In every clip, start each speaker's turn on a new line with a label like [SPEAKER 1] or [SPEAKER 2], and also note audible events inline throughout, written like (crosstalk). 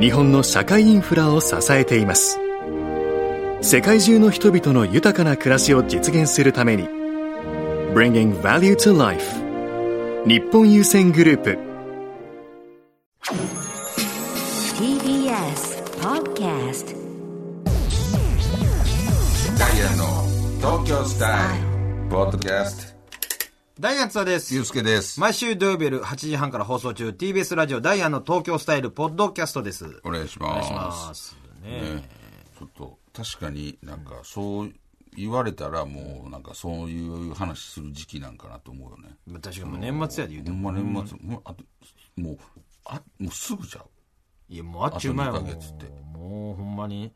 [SPEAKER 1] 日本の社会インフラを支えています世界中の人々の豊かな暮らしを実現するために Bringing Value to Life 日本郵船グループ
[SPEAKER 2] TBS Podcast
[SPEAKER 3] ダイアンの東京スタイルポッドキャスト
[SPEAKER 4] ダイアンツ田で
[SPEAKER 3] ゆう
[SPEAKER 4] す。
[SPEAKER 3] すけです、
[SPEAKER 4] 毎週土曜日夜8時半から放送中、TBS ラジオダイアンの東京スタイルポッドキャストです。
[SPEAKER 3] お願いします
[SPEAKER 4] ます。ね。
[SPEAKER 3] ちょっと確かになんかそう言われたらもうなんかそういう話する時期なんかなと思うよね
[SPEAKER 4] 確かにもう年末やで言うて
[SPEAKER 3] ほ
[SPEAKER 4] も。
[SPEAKER 3] んま年末もうあともうあもうすぐちゃう
[SPEAKER 4] いや、もうあっちゅう前はも
[SPEAKER 3] あと二ヶ月って
[SPEAKER 4] う、もうほんまに、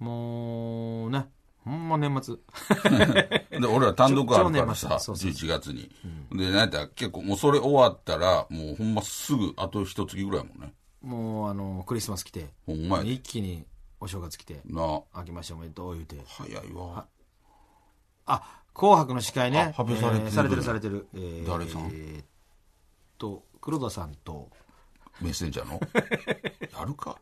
[SPEAKER 4] もうね、ほんま年末。 (laughs)
[SPEAKER 3] で俺ら単独あるから
[SPEAKER 4] ちょ
[SPEAKER 3] さ
[SPEAKER 4] ちょうど年末そうそう
[SPEAKER 3] 11月にでなんやったら結構もうそれ終わったらもうほんますぐあと一月ぐらいやもんね
[SPEAKER 4] もうあの、クリスマス来て、
[SPEAKER 3] ほんまやで
[SPEAKER 4] 一気にお正月来て、
[SPEAKER 3] な
[SPEAKER 4] 明けましておめでとう言うて。
[SPEAKER 3] 早いわ
[SPEAKER 4] あ、紅白の司会
[SPEAKER 3] あ
[SPEAKER 4] ね。
[SPEAKER 3] 発表されてる
[SPEAKER 4] えーされてるされてる。えー
[SPEAKER 3] 誰さん
[SPEAKER 4] えーっと、黒田さんと、
[SPEAKER 3] メッセンジャーの (laughs) やるか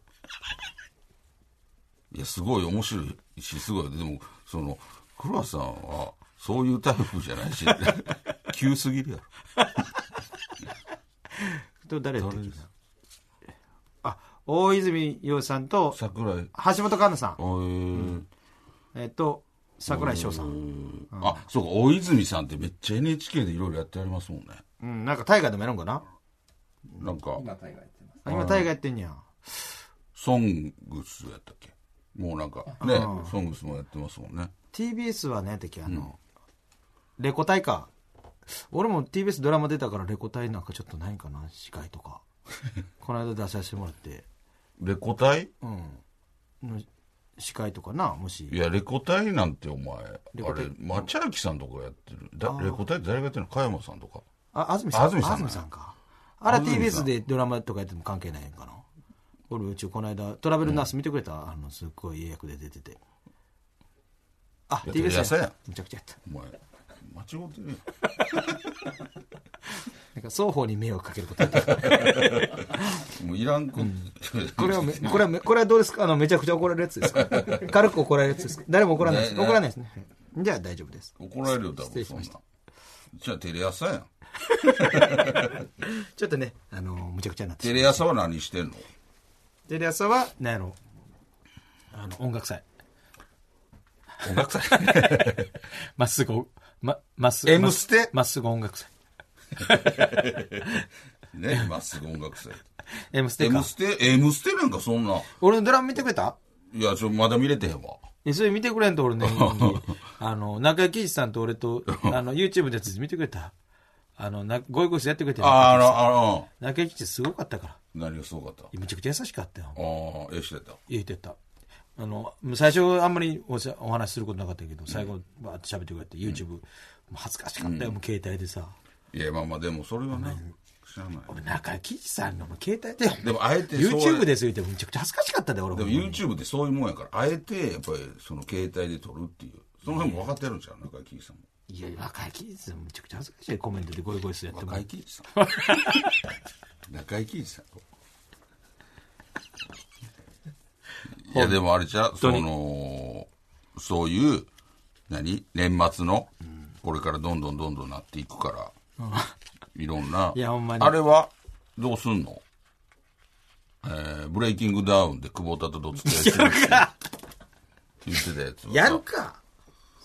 [SPEAKER 3] いや、すごい面白いし、すごい。でも、その、黒田さんは、そういうタイプじゃないし、 (laughs) 急すぎるやろ。
[SPEAKER 4] と誰やってあ、大泉洋さんと、橋
[SPEAKER 3] 桜井、
[SPEAKER 4] 本環奈さん
[SPEAKER 3] あ、えー
[SPEAKER 4] えっと、桜井翔さん。
[SPEAKER 3] あ、そうか、大泉さんってめっちゃ NHK でいろいろやってありますもんね。
[SPEAKER 4] うん、なんか大河でもやるんかな
[SPEAKER 3] なんか、
[SPEAKER 4] あ今大河やってんねや。
[SPEAKER 3] ソングスやったっけもうなんか、ね、ソングスもやってますもんね。
[SPEAKER 4] TBS はね、やったっけあの、レコ大か。俺も TBS ドラマ出たからレコ大なんかちょっとないんかな司会とか。この間出させてもらって。
[SPEAKER 3] レコ大
[SPEAKER 4] の司会とかな、もし
[SPEAKER 3] い。や、レコ大なんてお前、あ
[SPEAKER 4] レコ大
[SPEAKER 3] れ、町明さんとかやってる。だレコ大って誰がやってるの加山さんとか。
[SPEAKER 4] あ、安住さん。
[SPEAKER 3] 安住さん
[SPEAKER 4] 安住さんか。あれは
[SPEAKER 3] 安住さ
[SPEAKER 4] TBS
[SPEAKER 3] ん
[SPEAKER 4] でドラマとかやっても関係ないんかな。俺、うちこの間、トラベルナース見てくれた、あの、すっごいいい役で出てて。あ、
[SPEAKER 3] いやテレ
[SPEAKER 4] TBS
[SPEAKER 3] 朝やん
[SPEAKER 4] めちゃくちゃやった。
[SPEAKER 3] お前、間違ってるやん。
[SPEAKER 4] なんか双方に迷惑かけるこ
[SPEAKER 3] (laughs)
[SPEAKER 4] とやってる
[SPEAKER 3] もういらんこと、(laughs)
[SPEAKER 4] これはめ、これはめ、これはどうですかあの、めちゃくちゃ怒られるやつですか軽く怒られるやつですか誰も怒らないです。
[SPEAKER 3] ねえねえ
[SPEAKER 4] 怒らないですね。はいじゃあ大丈夫です。
[SPEAKER 3] 怒られるよ、多
[SPEAKER 4] 失
[SPEAKER 3] 分
[SPEAKER 4] 礼
[SPEAKER 3] そんな
[SPEAKER 4] しま
[SPEAKER 3] ん
[SPEAKER 4] した。
[SPEAKER 3] じゃあテレ朝やん。
[SPEAKER 4] ちょっとね、あのー、むちゃくちゃになってし
[SPEAKER 3] テ
[SPEAKER 4] まう
[SPEAKER 3] レ朝は何してんの
[SPEAKER 4] テレ朝は、なんやろう。あの、音楽祭。
[SPEAKER 3] 音楽祭。
[SPEAKER 4] (laughs) まっすぐ、ま、まっす
[SPEAKER 3] M ステ
[SPEAKER 4] まっすぐ音楽祭。 (laughs)
[SPEAKER 3] ね、まっすぐ音楽祭。
[SPEAKER 4] M ステか
[SPEAKER 3] M ステ、M ステなんかそんな、
[SPEAKER 4] 俺のドラマ見てくれた
[SPEAKER 3] いや、ちょ、まだ見れてへんわ。
[SPEAKER 4] えそれ見てくれんと俺ね、
[SPEAKER 3] (laughs)
[SPEAKER 4] あの、中井貴一さんと俺と、あの、YouTube のやつ見てくれたあの、なゴイゴイスやってくれてる
[SPEAKER 3] あ、あの、あの、
[SPEAKER 4] 中井貴一すごかったから。
[SPEAKER 3] 何がすごかったあ
[SPEAKER 4] いやめちゃくちゃ優しかったよ。
[SPEAKER 3] あ、ええしてた。
[SPEAKER 4] 言ってた。あの、最初あんまりおしゃお話しすることなかったけど、最後、バーッと喋ってくれて、YouTube、もう恥ずかしかったよ、もう携帯でさ。
[SPEAKER 3] いや、まあまあ、でもそれはね、知らない。
[SPEAKER 4] 俺中井貴一さんのもう携帯で、
[SPEAKER 3] でも、あえてそう
[SPEAKER 4] YouTube ですよ言って、めちゃくちゃ恥ずかしかったで、俺
[SPEAKER 3] で
[SPEAKER 4] も
[SPEAKER 3] も。YouTube ってそういうもんやから、あえて、やっぱり、その携帯で撮るっていう。その辺も分かってるんちゃう中井貴一さんも。
[SPEAKER 4] いや、中井貴一さんめちゃくちゃ恥ずかしいコメントでゴイゴイスやっても
[SPEAKER 3] 中井貴一さん中井貴一さんいやでもあれじゃうそ
[SPEAKER 4] 当に
[SPEAKER 3] のそういう何年末のこれからどんどんどんどんなっていくから、いろん (laughs) ない
[SPEAKER 4] やほんまに
[SPEAKER 3] あれはどうすんのえーブレイキングダウンで久保田とどつき合いするって言ってたやつ
[SPEAKER 4] やるか。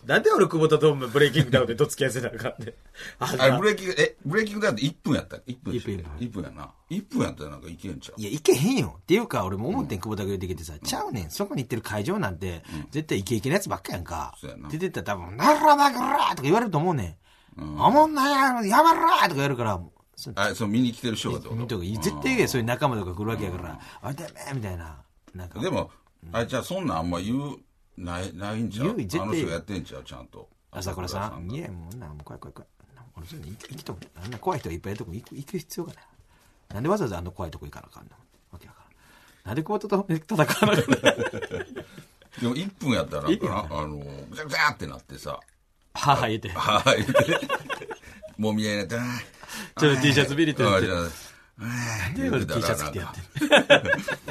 [SPEAKER 4] なんで俺、久保田とブレイキングダウンでどつき合わせなあかんねん。あ
[SPEAKER 3] あれ
[SPEAKER 4] な
[SPEAKER 3] ブレイキングえブレイキングダウンって1分やった1分でしたっけ
[SPEAKER 4] 一分
[SPEAKER 3] 一分やな1分やったらなんかいけんちゃう
[SPEAKER 4] いや、いけへんよ。っていうか、俺も思ってん、久保田が出てきてさ、ちゃうねん。そこに行ってる会場なんて、絶対イケイケなやつばっかやんか
[SPEAKER 3] そうやな。
[SPEAKER 4] 出てったら多分、ならばぐらーとか言われると思うねん。おもんなやろ、やめろーとかやるから、もうそ
[SPEAKER 3] あ、そう、見に来てる人がってこと
[SPEAKER 4] 見とか絶対いいやんそういう仲間とか来るわけやから、あれだよねみたいな。なんか
[SPEAKER 3] でも、あれじゃあそんなんあんま言う、ない、ないんちゃう
[SPEAKER 4] 言う絶対
[SPEAKER 3] あの人がやってんちゃうちゃんと。
[SPEAKER 4] 朝倉さん。
[SPEAKER 3] が
[SPEAKER 4] いや、もうな、もう怖い怖い怖い。俺、それ行く、行くとこあんな怖い人がいっぱいいるとこ行く、行く必要がない。なんでわざわざあんな怖いとこ行かなあかんのわけやからん。なんでこうとと戦わなあかんの (laughs)
[SPEAKER 3] でも1分やったらなんかな、あの、ぐちゃぐちゃってなってさ、
[SPEAKER 4] はは言って。
[SPEAKER 3] はい、言って
[SPEAKER 4] (laughs)
[SPEAKER 3] もう見えない。ちょ
[SPEAKER 4] ちょっと T シャツビリってなって
[SPEAKER 3] じゃあ、
[SPEAKER 4] で
[SPEAKER 3] 言ってた
[SPEAKER 4] T シャ
[SPEAKER 3] ら
[SPEAKER 4] ツ
[SPEAKER 3] な
[SPEAKER 4] 着
[SPEAKER 3] ん
[SPEAKER 4] てやっ
[SPEAKER 3] か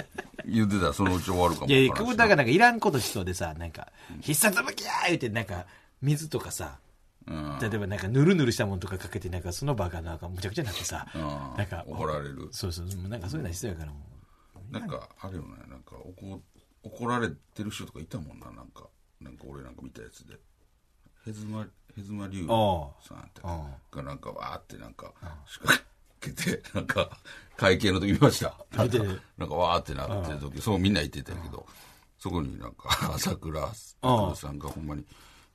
[SPEAKER 4] て、
[SPEAKER 3] (laughs) 言ってたらそのうち終わるかも
[SPEAKER 4] いやいや、久保田
[SPEAKER 3] か
[SPEAKER 4] がなんかいらんことしそうでさ、なんか、必殺武器やー言って、なんか、水とかさ、
[SPEAKER 3] うん
[SPEAKER 4] 例えばなんか、ぬるぬるしたもんとかかけて、なんか、そのバカなんか、むちゃくちゃになってさ、
[SPEAKER 3] うん
[SPEAKER 4] なんか、
[SPEAKER 3] 怒られる
[SPEAKER 4] そうそう、もうなんかそういうのは必要やから、も
[SPEAKER 3] なんか、あれよね、なんか怒、怒られてる人とかいたもんな、なんか、なんか俺なんか見たやつで。へずま、へずまりゅうさんって、がなんかわーってなんか、仕掛けて、なんか、会計の時見ました。なんか、なんかわーってなってる時、そうみんな言ってたけど、そこになんか、 (laughs) 朝倉さんがほんまに、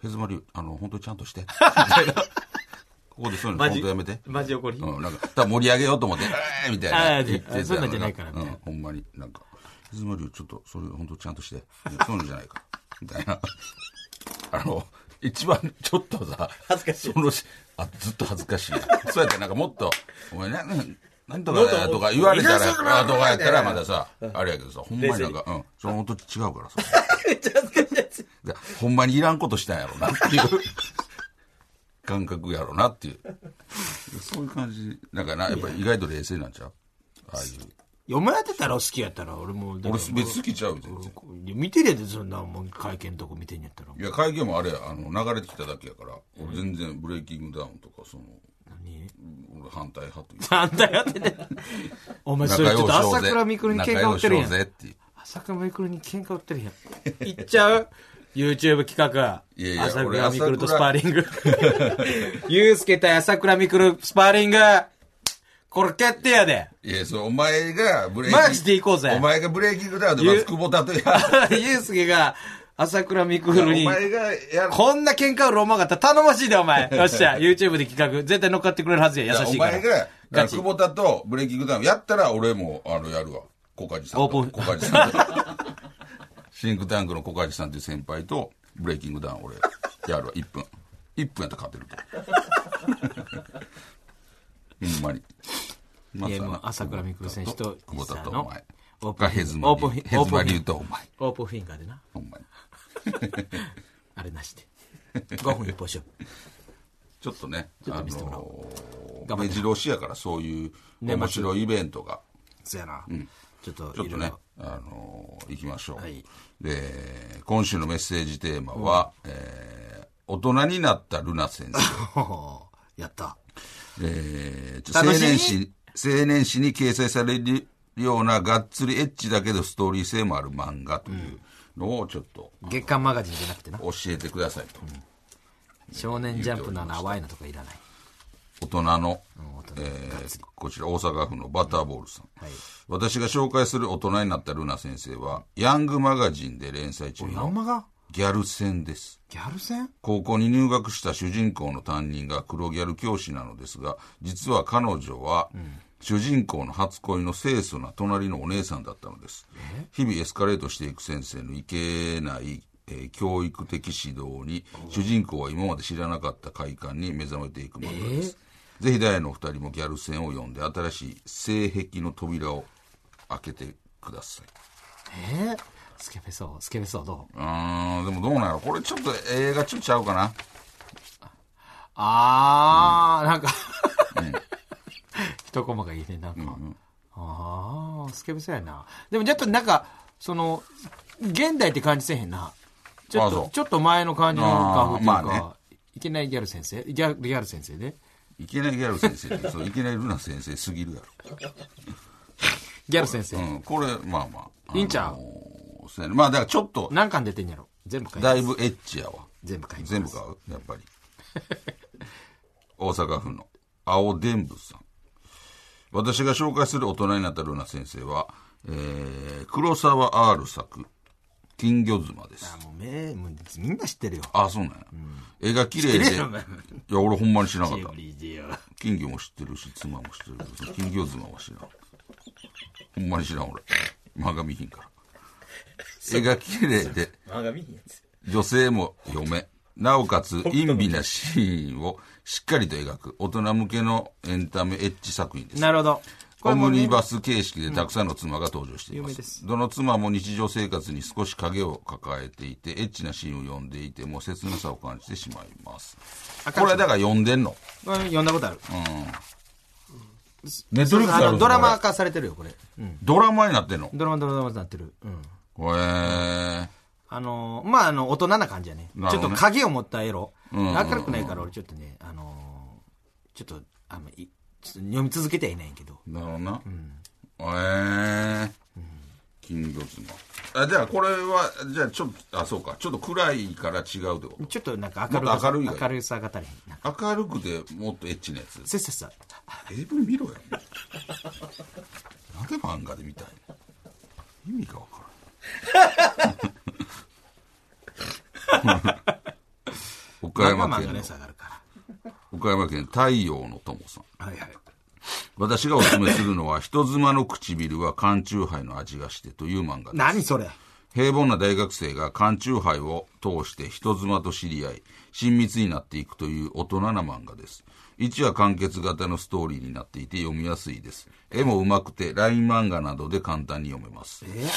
[SPEAKER 3] へずまりゅう、あの、本当にちゃんとして、みたいな。ここでそういうの
[SPEAKER 4] マ
[SPEAKER 3] 本
[SPEAKER 4] ジ
[SPEAKER 3] 当やめて。
[SPEAKER 4] う。マジ怒り。
[SPEAKER 3] うん、なんか、多分盛り上げようと思って、えーみたいな。
[SPEAKER 4] あーで
[SPEAKER 3] 言ってた
[SPEAKER 4] あそんなんじゃないから
[SPEAKER 3] う、
[SPEAKER 4] みたいなん
[SPEAKER 3] ほんまに、なんか、ひずまりゅうちょっと、それ本当ちゃんとして、い
[SPEAKER 4] (laughs)
[SPEAKER 3] やそういうのじゃないから、みたいな。あの、一番ちょっとさ、恥ずかしい。そのしあ、ずっと恥ずかしい
[SPEAKER 4] (laughs)
[SPEAKER 3] やん。そうやったらなんかもっと、お前な、ななんとかだよとか言われたら、あとかやったらまださ、あれやけどさ、ほんまになんか、うん、その本当違うからさ。いやほんまにいらんことしたんやろなっていう (laughs) 感覚やろなっていう。そういう感じ。なんかな、やっぱり意外と冷静なんちゃうああいう。
[SPEAKER 4] 嫁やってたら好きやったら、俺もう、だから
[SPEAKER 3] 俺別に好きちゃうよ全然。
[SPEAKER 4] いや見てるやつそんなもん会見とこ見てんや
[SPEAKER 3] (laughs)
[SPEAKER 4] ったら
[SPEAKER 3] いや、会見もあれや、あの、流れてきただけやから、俺全然ブレイキングダウンとか、その、
[SPEAKER 4] 何
[SPEAKER 3] 俺反対派というか。
[SPEAKER 4] なんだよってね (laughs) お前そ
[SPEAKER 3] 仲
[SPEAKER 4] れ
[SPEAKER 3] 良
[SPEAKER 4] ちょっと
[SPEAKER 3] しよう
[SPEAKER 4] 朝
[SPEAKER 3] ぜ
[SPEAKER 4] 倉未来に喧嘩売ってる
[SPEAKER 3] 仲
[SPEAKER 4] や
[SPEAKER 3] 良しようぜ
[SPEAKER 4] ん
[SPEAKER 3] っていう
[SPEAKER 4] 朝倉未来に喧嘩売ってるやんいっちゃう YouTube 企画
[SPEAKER 3] いやいや
[SPEAKER 4] 朝
[SPEAKER 3] 俺
[SPEAKER 4] 倉未来とス
[SPEAKER 3] 朝
[SPEAKER 4] パー
[SPEAKER 3] 倉
[SPEAKER 4] リング (laughs) ユうスケ対朝倉未来スパーリングこれ決定やで (laughs)
[SPEAKER 3] いや、そう、お前がブレイキング。
[SPEAKER 4] マジで行こうぜ
[SPEAKER 3] お前がブレイキングダウンで、まず久保田とや。
[SPEAKER 4] ユうスケが朝倉未
[SPEAKER 3] お
[SPEAKER 4] 来に
[SPEAKER 3] 前がやる。
[SPEAKER 4] こんな喧嘩売るおもんかったら頼もしいでお前よっしゃ YouTube で企画絶対乗っかってくれるはずや優し
[SPEAKER 3] お
[SPEAKER 4] いから
[SPEAKER 3] 前が、
[SPEAKER 4] ガチ
[SPEAKER 3] 久保田とブレイキングダウンやったら、俺も、あの、やるわ。コカジさんと。
[SPEAKER 4] オープン
[SPEAKER 3] コカジさんと。 (laughs) シンクタンクのコカジさんという先輩と、ブレイキングダウン俺、やるわ。1分。1分やったら勝てると。 (laughs) ほんまに。ま
[SPEAKER 4] いや
[SPEAKER 3] さ
[SPEAKER 4] もう
[SPEAKER 3] な
[SPEAKER 4] 朝倉未来選手と
[SPEAKER 3] 久保田と
[SPEAKER 4] 石井さんの
[SPEAKER 3] お前。
[SPEAKER 4] オープン
[SPEAKER 3] がヘズマ
[SPEAKER 4] オープン
[SPEAKER 3] リューヘズマリューとお前。
[SPEAKER 4] オープンフィンガーでな
[SPEAKER 3] ほんまに。
[SPEAKER 4] あれなしで5分一歩しよ
[SPEAKER 3] ちょっとね、
[SPEAKER 4] ちょっと見せてもらおう
[SPEAKER 3] あのー、目白押しやから、そういう面白いイベントが。
[SPEAKER 4] そうやな、ちょっと
[SPEAKER 3] ちょっ
[SPEAKER 4] い
[SPEAKER 3] と
[SPEAKER 4] ろい
[SPEAKER 3] ね
[SPEAKER 4] ろ、
[SPEAKER 3] あのー行きましょう、
[SPEAKER 4] はい
[SPEAKER 3] で、今週のメッセージテーマは、えー大人になったルナ先
[SPEAKER 4] (laughs)
[SPEAKER 3] 生。
[SPEAKER 4] ほうやった
[SPEAKER 3] えーちょ青
[SPEAKER 4] 楽しみ
[SPEAKER 3] 年誌、青年誌に掲載されるようながっつりエッチだけどストーリー性もある漫画というのをちょっと
[SPEAKER 4] 月刊マガジンじゃなくてな
[SPEAKER 3] 教えてくださいと。
[SPEAKER 4] 少年ジャンプのあの淡いのとかいらない
[SPEAKER 3] 大人の、
[SPEAKER 4] うん大人
[SPEAKER 3] えーこちら大阪府のバターボールさん。
[SPEAKER 4] はい
[SPEAKER 3] 私が紹介する大人になったルナ先生は、ヤングマガジンで連載中
[SPEAKER 4] ヤンマ
[SPEAKER 3] の
[SPEAKER 4] が
[SPEAKER 3] ギャル戦です。
[SPEAKER 4] ギャル戦
[SPEAKER 3] 高校に入学した主人公の担任が黒ギャル教師なのですが、実は彼女は、主人公の初恋の清楚な隣のお姉さんだったのです。日々エスカレートしていく先生のいけない、えー教育的指導に、主人公は今まで知らなかった快感に目覚めていく漫画です。ぜひダイヤのお二人もギャル戦を読んで、新しい性癖の扉を開けてください。
[SPEAKER 4] えー、スケベそうスケベそうどう
[SPEAKER 3] うーん、でもどうなんやろこれちょっと映画ちょっとちゃうかな。
[SPEAKER 4] あー、なんか (laughs) 一コマがいいねなんか、ああスケベそうやなでもちょっとなんかその現代って感じせえへんなちょっ
[SPEAKER 3] あそ
[SPEAKER 4] と
[SPEAKER 3] う
[SPEAKER 4] ちょっと前の感じの画風っていう
[SPEAKER 3] あ
[SPEAKER 4] か、
[SPEAKER 3] ーまあ
[SPEAKER 4] いけないギャル先生ギャルギャル先生ね
[SPEAKER 3] いきなりギャル先生ってそういきなりルナ先生すぎるや
[SPEAKER 4] ギャル先生、
[SPEAKER 3] ろ。うん、これ、まあまあ。
[SPEAKER 4] いいんちゃう
[SPEAKER 3] あのーそうやねまあ、だからちょっと、
[SPEAKER 4] 何巻出てんやろ全部書いて
[SPEAKER 3] だいぶエッチやわ。
[SPEAKER 4] 全部書いて
[SPEAKER 3] 全部買うやっぱり。大阪府の青伝部さん。私が紹介する大人になったルナ先生は、えー、黒沢 R 作、金魚妻です。
[SPEAKER 4] あもうめもうみんな知ってるよ
[SPEAKER 3] あ、そうなんや。絵が綺麗で、い
[SPEAKER 4] 綺麗
[SPEAKER 3] や
[SPEAKER 4] やな、
[SPEAKER 3] 俺ほんまに知らなかった。
[SPEAKER 4] リディア
[SPEAKER 3] 金魚も知ってるし、妻も知ってる
[SPEAKER 4] (laughs)
[SPEAKER 3] けど、金魚妻は知らん。ほんまに知らん、俺。漫画見ひんから。絵が綺麗で、
[SPEAKER 2] 漫画見ひんやつ。
[SPEAKER 3] 女性も嫁。なおかつ、陰微なシーンをしっかりと描く、大人向けのエンタメエッジ作品です。
[SPEAKER 4] なるほど。
[SPEAKER 3] オムニバス形式でたくさんの妻が登場していま
[SPEAKER 4] 有名
[SPEAKER 3] す。
[SPEAKER 4] です
[SPEAKER 3] どの妻も日常生活に少し影を抱えていて、エッチなシーンを読んでいても切なさを感じてしまいます。これだから読んでんの。
[SPEAKER 4] これ読んだことある。
[SPEAKER 3] ネットフリックスあるん
[SPEAKER 4] あ
[SPEAKER 3] ですよ
[SPEAKER 4] のドラマ
[SPEAKER 3] こ
[SPEAKER 4] 化されてるよ、これ。う
[SPEAKER 3] れ
[SPEAKER 4] ん。
[SPEAKER 3] ドラマになってんの。
[SPEAKER 4] ドラマ、ドラマになってる。うん。
[SPEAKER 3] へえ。
[SPEAKER 4] あのー、まあ、あの、大人な感じやね。
[SPEAKER 3] な
[SPEAKER 4] ち
[SPEAKER 3] る
[SPEAKER 4] ょっ
[SPEAKER 3] ほど
[SPEAKER 4] と
[SPEAKER 3] ね
[SPEAKER 4] 鍵を持ったエロ。
[SPEAKER 3] んうんうん
[SPEAKER 4] 明るくないから、俺ちょっとね、あのー、ちょっと、あの、いちょっと読み続けてはいないんやけど。
[SPEAKER 3] なるほどな。へえ。金魚妻。あ、じゃあこれは、じゃあちょっと、あ、そうか。ちょっと暗いから違うってこ
[SPEAKER 4] ちょっとなんか明る
[SPEAKER 3] もっと明るいがいい
[SPEAKER 4] 明るさが足りへん。なんか
[SPEAKER 3] と。明るくてもっとエッチなやつ。
[SPEAKER 4] せっせっさ。
[SPEAKER 3] AV 見ろよ。なんで漫画で見たいの意味がわからん。
[SPEAKER 4] (laughs)
[SPEAKER 3] 岡
[SPEAKER 4] 漫画
[SPEAKER 3] 山
[SPEAKER 4] 漫
[SPEAKER 3] 県
[SPEAKER 4] 画
[SPEAKER 3] の
[SPEAKER 4] ね、下がるか
[SPEAKER 3] 岡山県太陽の友さん。
[SPEAKER 4] ら。はいはい。
[SPEAKER 3] 私がおすすめするのは、人妻の唇は缶チューハイの味がしてという漫画です。
[SPEAKER 4] 何それ
[SPEAKER 3] 平凡な大学生が缶チューハイを通して人妻と知り合い、親密になっていくという大人な漫画です。1話完結型のストーリーになっていて読みやすいです。絵も上手くて、ライン漫画などで簡単に読めます。
[SPEAKER 4] え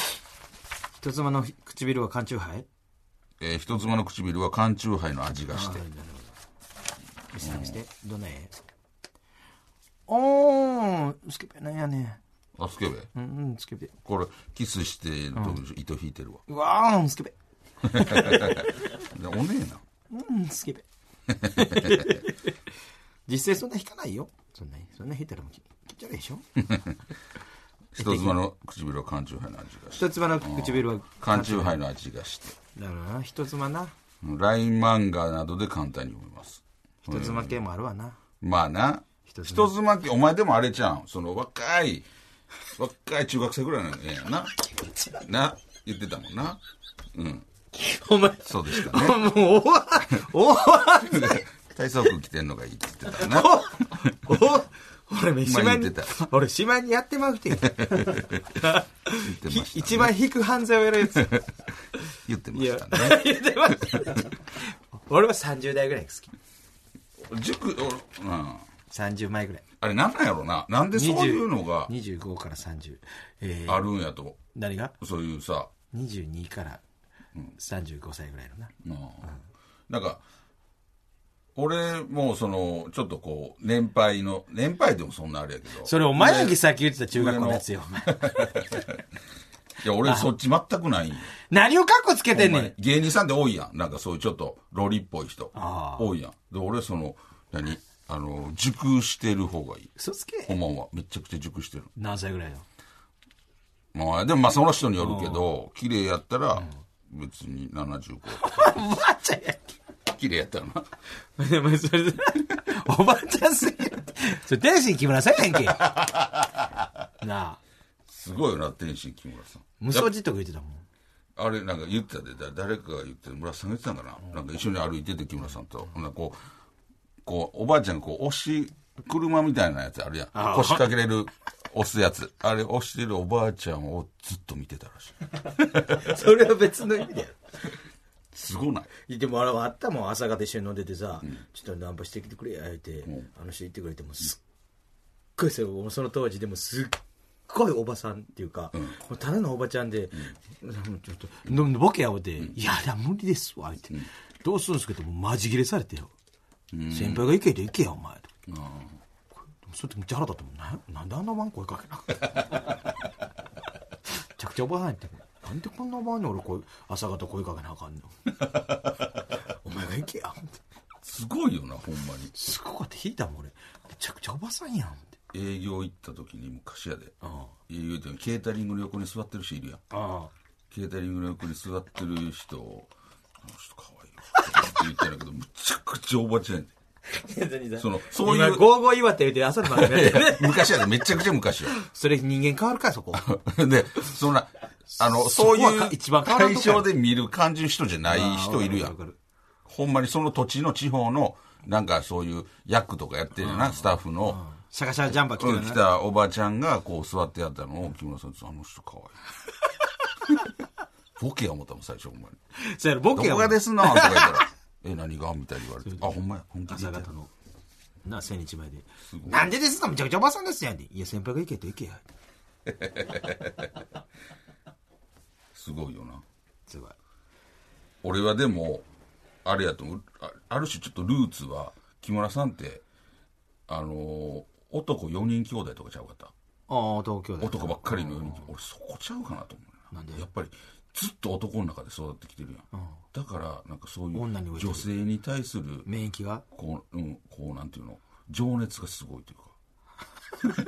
[SPEAKER 4] 人妻の唇は缶チューハイ
[SPEAKER 3] えー人妻の唇は缶チューハイの味がして。
[SPEAKER 4] 見せて見せて。どんな絵おー、スケベなんやね。
[SPEAKER 3] あ、スケベ
[SPEAKER 4] うん、うん、スケベ。
[SPEAKER 3] これ、キスしてると糸引いてるわ。
[SPEAKER 4] うわーん、スケベ。
[SPEAKER 3] でおねえな。
[SPEAKER 4] うん、ス (laughs) ケベ。実際そんな引かないよ。そんな、そんな引いたらもう気気持ち悪いでしょ
[SPEAKER 3] 人妻の唇は缶チューハイの味がして。
[SPEAKER 4] 人妻の唇は
[SPEAKER 3] 缶チューハイの味がして。
[SPEAKER 4] だろうな、人妻な。
[SPEAKER 3] ライン漫画などで簡単に読めます。
[SPEAKER 4] 人妻系もあるわな。
[SPEAKER 3] まあな。人妻って、お前でもあれじゃん。その若い、若い中学生ぐらいのやんな。な、言ってたもんな。うん。
[SPEAKER 4] お前、
[SPEAKER 3] そうでした
[SPEAKER 4] (laughs)
[SPEAKER 3] ね。
[SPEAKER 4] もう、おわ、おわ、
[SPEAKER 3] 体操服着てんのがいいって言ってたな。
[SPEAKER 4] おわ、俺、ね、
[SPEAKER 3] ま
[SPEAKER 4] 島
[SPEAKER 3] あ言
[SPEAKER 4] に
[SPEAKER 3] って、
[SPEAKER 4] 俺、島にやってまうて。
[SPEAKER 3] 言ってま
[SPEAKER 4] ひ
[SPEAKER 3] した、ね。
[SPEAKER 4] 一番引く犯罪をやるやつ。
[SPEAKER 3] 言ってま
[SPEAKER 4] いや
[SPEAKER 3] したね。、
[SPEAKER 4] 言ってました。俺は30代ぐらいが好き。
[SPEAKER 3] 塾、おうん。
[SPEAKER 4] 30前ぐらい。
[SPEAKER 3] あれなんなんやろな。なんでそういうのが
[SPEAKER 4] 25から30。えー、
[SPEAKER 3] あるんやと。
[SPEAKER 4] 何が
[SPEAKER 3] そういうさ、
[SPEAKER 4] ?22 から35歳ぐらいのな。
[SPEAKER 3] うんなんか、俺もその、ちょっとこう、年配の、年配でもそんなあれやけど。
[SPEAKER 4] それお前だけさっき言ってた中学校のやつよ。お前
[SPEAKER 3] いや、俺そっち全くないんよ。
[SPEAKER 4] 何をカッコつけてんね
[SPEAKER 3] お前
[SPEAKER 4] ん。
[SPEAKER 3] 芸人さんで多いやん。なんかそういうちょっと、ロリっぽい人。
[SPEAKER 4] あー
[SPEAKER 3] 多いやん。で、俺その、何あの、熟してる方がいい。
[SPEAKER 4] 嘘つ
[SPEAKER 3] ほ
[SPEAKER 4] け。
[SPEAKER 3] んまは。めちゃくちゃ熟してる。
[SPEAKER 4] 何歳ぐらいよ。
[SPEAKER 3] まあ、でもまあその人によるけど、綺麗やったら、別に75。
[SPEAKER 4] おばあちゃんやっ
[SPEAKER 3] 綺麗やったらな。
[SPEAKER 4] け。お前それおばあちゃんすぎる。それ天心木村さんやん (laughs) け。なあ。
[SPEAKER 3] すごいよな、天心木村さん。
[SPEAKER 4] 無双じとか言ってたもん。
[SPEAKER 3] あれ、なんか言ってたで、だ誰かが言ってる、村瀬さんが言ってたんかな。なんか一緒に歩いてて、木村さんと。ほんならこう、こう、おばあちゃんがこう、押し、車みたいなやつあるやん。腰掛けれる、押すやつ。あれ、押してるおばあちゃんをずっと見てたらしい。
[SPEAKER 4] それは別の意味だよ。
[SPEAKER 3] すごない。
[SPEAKER 4] でもあれはあったもん朝方一緒に飲んでてさ、ちょっとナンパしてきてくれやって、あの人言ってくれてもうすっごいそれ俺その当時でもすっごいおばさんっていうか、もうただのおばちゃんで、うんちょっとのボケやおって「いやだ無理ですわ」って、どうするんですけどもうマジ切れされてよ、先輩が行けと行けやお前と。それってめっちゃ腹立ったもんななんであんなおばん声かけなかった (laughs) めちゃくちゃおばあんやってなんでこんなおばあんに俺こう朝方声かけなあかんのお前が行けや。
[SPEAKER 3] すごいよな、ほんまに。
[SPEAKER 4] すごかった。引いたもん、俺。めちゃくちゃおばさんやん。って
[SPEAKER 3] 営業行った時に昔やで。
[SPEAKER 4] あ
[SPEAKER 3] 営業行った時ケータリングの横に座ってる人いるやん。
[SPEAKER 4] あ。
[SPEAKER 3] ケータリングの横に座ってる人を、あの人可愛いよ。って言ってたけど、むちゃくちゃおばちゃんやで。 (laughs) その、そうい
[SPEAKER 4] 今、
[SPEAKER 3] う。
[SPEAKER 4] ゴーゴー岩手言うて朝の番組
[SPEAKER 3] (laughs)
[SPEAKER 4] やってるね。
[SPEAKER 3] 昔やで、めちゃくちゃ昔よ。 (laughs)
[SPEAKER 4] それ人間変わるか、そこ。
[SPEAKER 3] で、そんな、あの、
[SPEAKER 4] そこ
[SPEAKER 3] そ
[SPEAKER 4] は
[SPEAKER 3] ういう
[SPEAKER 4] 一番変わらん
[SPEAKER 3] 対
[SPEAKER 4] とこ
[SPEAKER 3] 象
[SPEAKER 4] や
[SPEAKER 3] で見る感じる人じゃない人いるや
[SPEAKER 4] わか
[SPEAKER 3] ん。
[SPEAKER 4] る
[SPEAKER 3] ほんまにその土地の地方の、なんかそういう役とかやってるよな、スタッフの。
[SPEAKER 4] シャカシャカジャンバー着て
[SPEAKER 3] う
[SPEAKER 4] る
[SPEAKER 3] ん来
[SPEAKER 4] な。
[SPEAKER 3] たおばちゃんがこう座ってやったのを木村さんあの人可愛い (laughs) ボケや思ったもん、最初、ほんまに。
[SPEAKER 2] そうやろ、ボケ
[SPEAKER 3] ど
[SPEAKER 2] や
[SPEAKER 3] こ
[SPEAKER 2] もん
[SPEAKER 3] がですのんとか言った
[SPEAKER 4] (laughs)
[SPEAKER 3] ら、え、何がみたいに言われて。あ、ほんまや、本気で
[SPEAKER 2] 朝
[SPEAKER 3] 言って
[SPEAKER 2] 方の、な、千日前で。なんでですかめちゃくちゃおばさんですやん。いや、先輩が行けと行けや。
[SPEAKER 3] すごいよな。
[SPEAKER 2] すごい。
[SPEAKER 3] 俺はでも、あれやと思う。あある種ちょっとルーツは、木村さんって、あのー男4人兄弟とかちゃうかった。
[SPEAKER 2] ああ、東京で。
[SPEAKER 3] 男ばっかりのように、俺そこちゃうかなと思うな。
[SPEAKER 2] なんで
[SPEAKER 3] やっぱり、ずっと男の中で育ってきてるやん。だから、なんかそうい
[SPEAKER 2] 女に飢え
[SPEAKER 3] う、
[SPEAKER 2] てる
[SPEAKER 3] 女性に対する、
[SPEAKER 2] 免疫が
[SPEAKER 3] こう、うん、こうなんていうの、情熱がすご
[SPEAKER 2] (laughs)
[SPEAKER 3] いというか。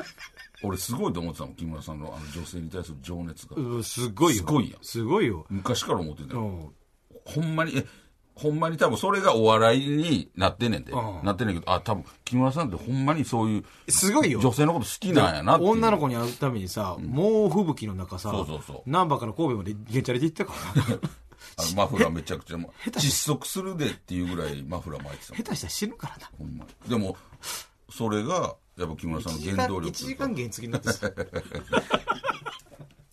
[SPEAKER 3] 俺すごいと思ってたもん、木村さんのあの女性に対する情熱が。
[SPEAKER 2] うん、すごいよ。
[SPEAKER 3] すごいやん
[SPEAKER 2] すごいよ。
[SPEAKER 3] 昔から思ってた
[SPEAKER 2] う
[SPEAKER 3] よ。
[SPEAKER 2] ん。
[SPEAKER 3] ほんまに、え、ほんまに多分それがお笑いになってんねんで。
[SPEAKER 2] うん
[SPEAKER 3] なってんねんけど、あ、多分木村さんってほんまにそういう、
[SPEAKER 2] すごいよ。
[SPEAKER 3] 女性のこと好きなんやなっていう。
[SPEAKER 2] 女の子に会うためにさ、猛吹雪の中さ、
[SPEAKER 3] そうそうそう
[SPEAKER 2] 難波から神戸までゲンチャリで行ったからな
[SPEAKER 3] (laughs) あのマフラーめちゃくちゃ、ま窒息するでっていうぐらいマフラー巻いてたもん
[SPEAKER 2] 下手したら死ぬからな。
[SPEAKER 3] ほんまに。でも、それが、やっぱ木村さんの原動力
[SPEAKER 2] 1
[SPEAKER 3] とい
[SPEAKER 2] 時
[SPEAKER 3] うか
[SPEAKER 2] 間。原付になってさ。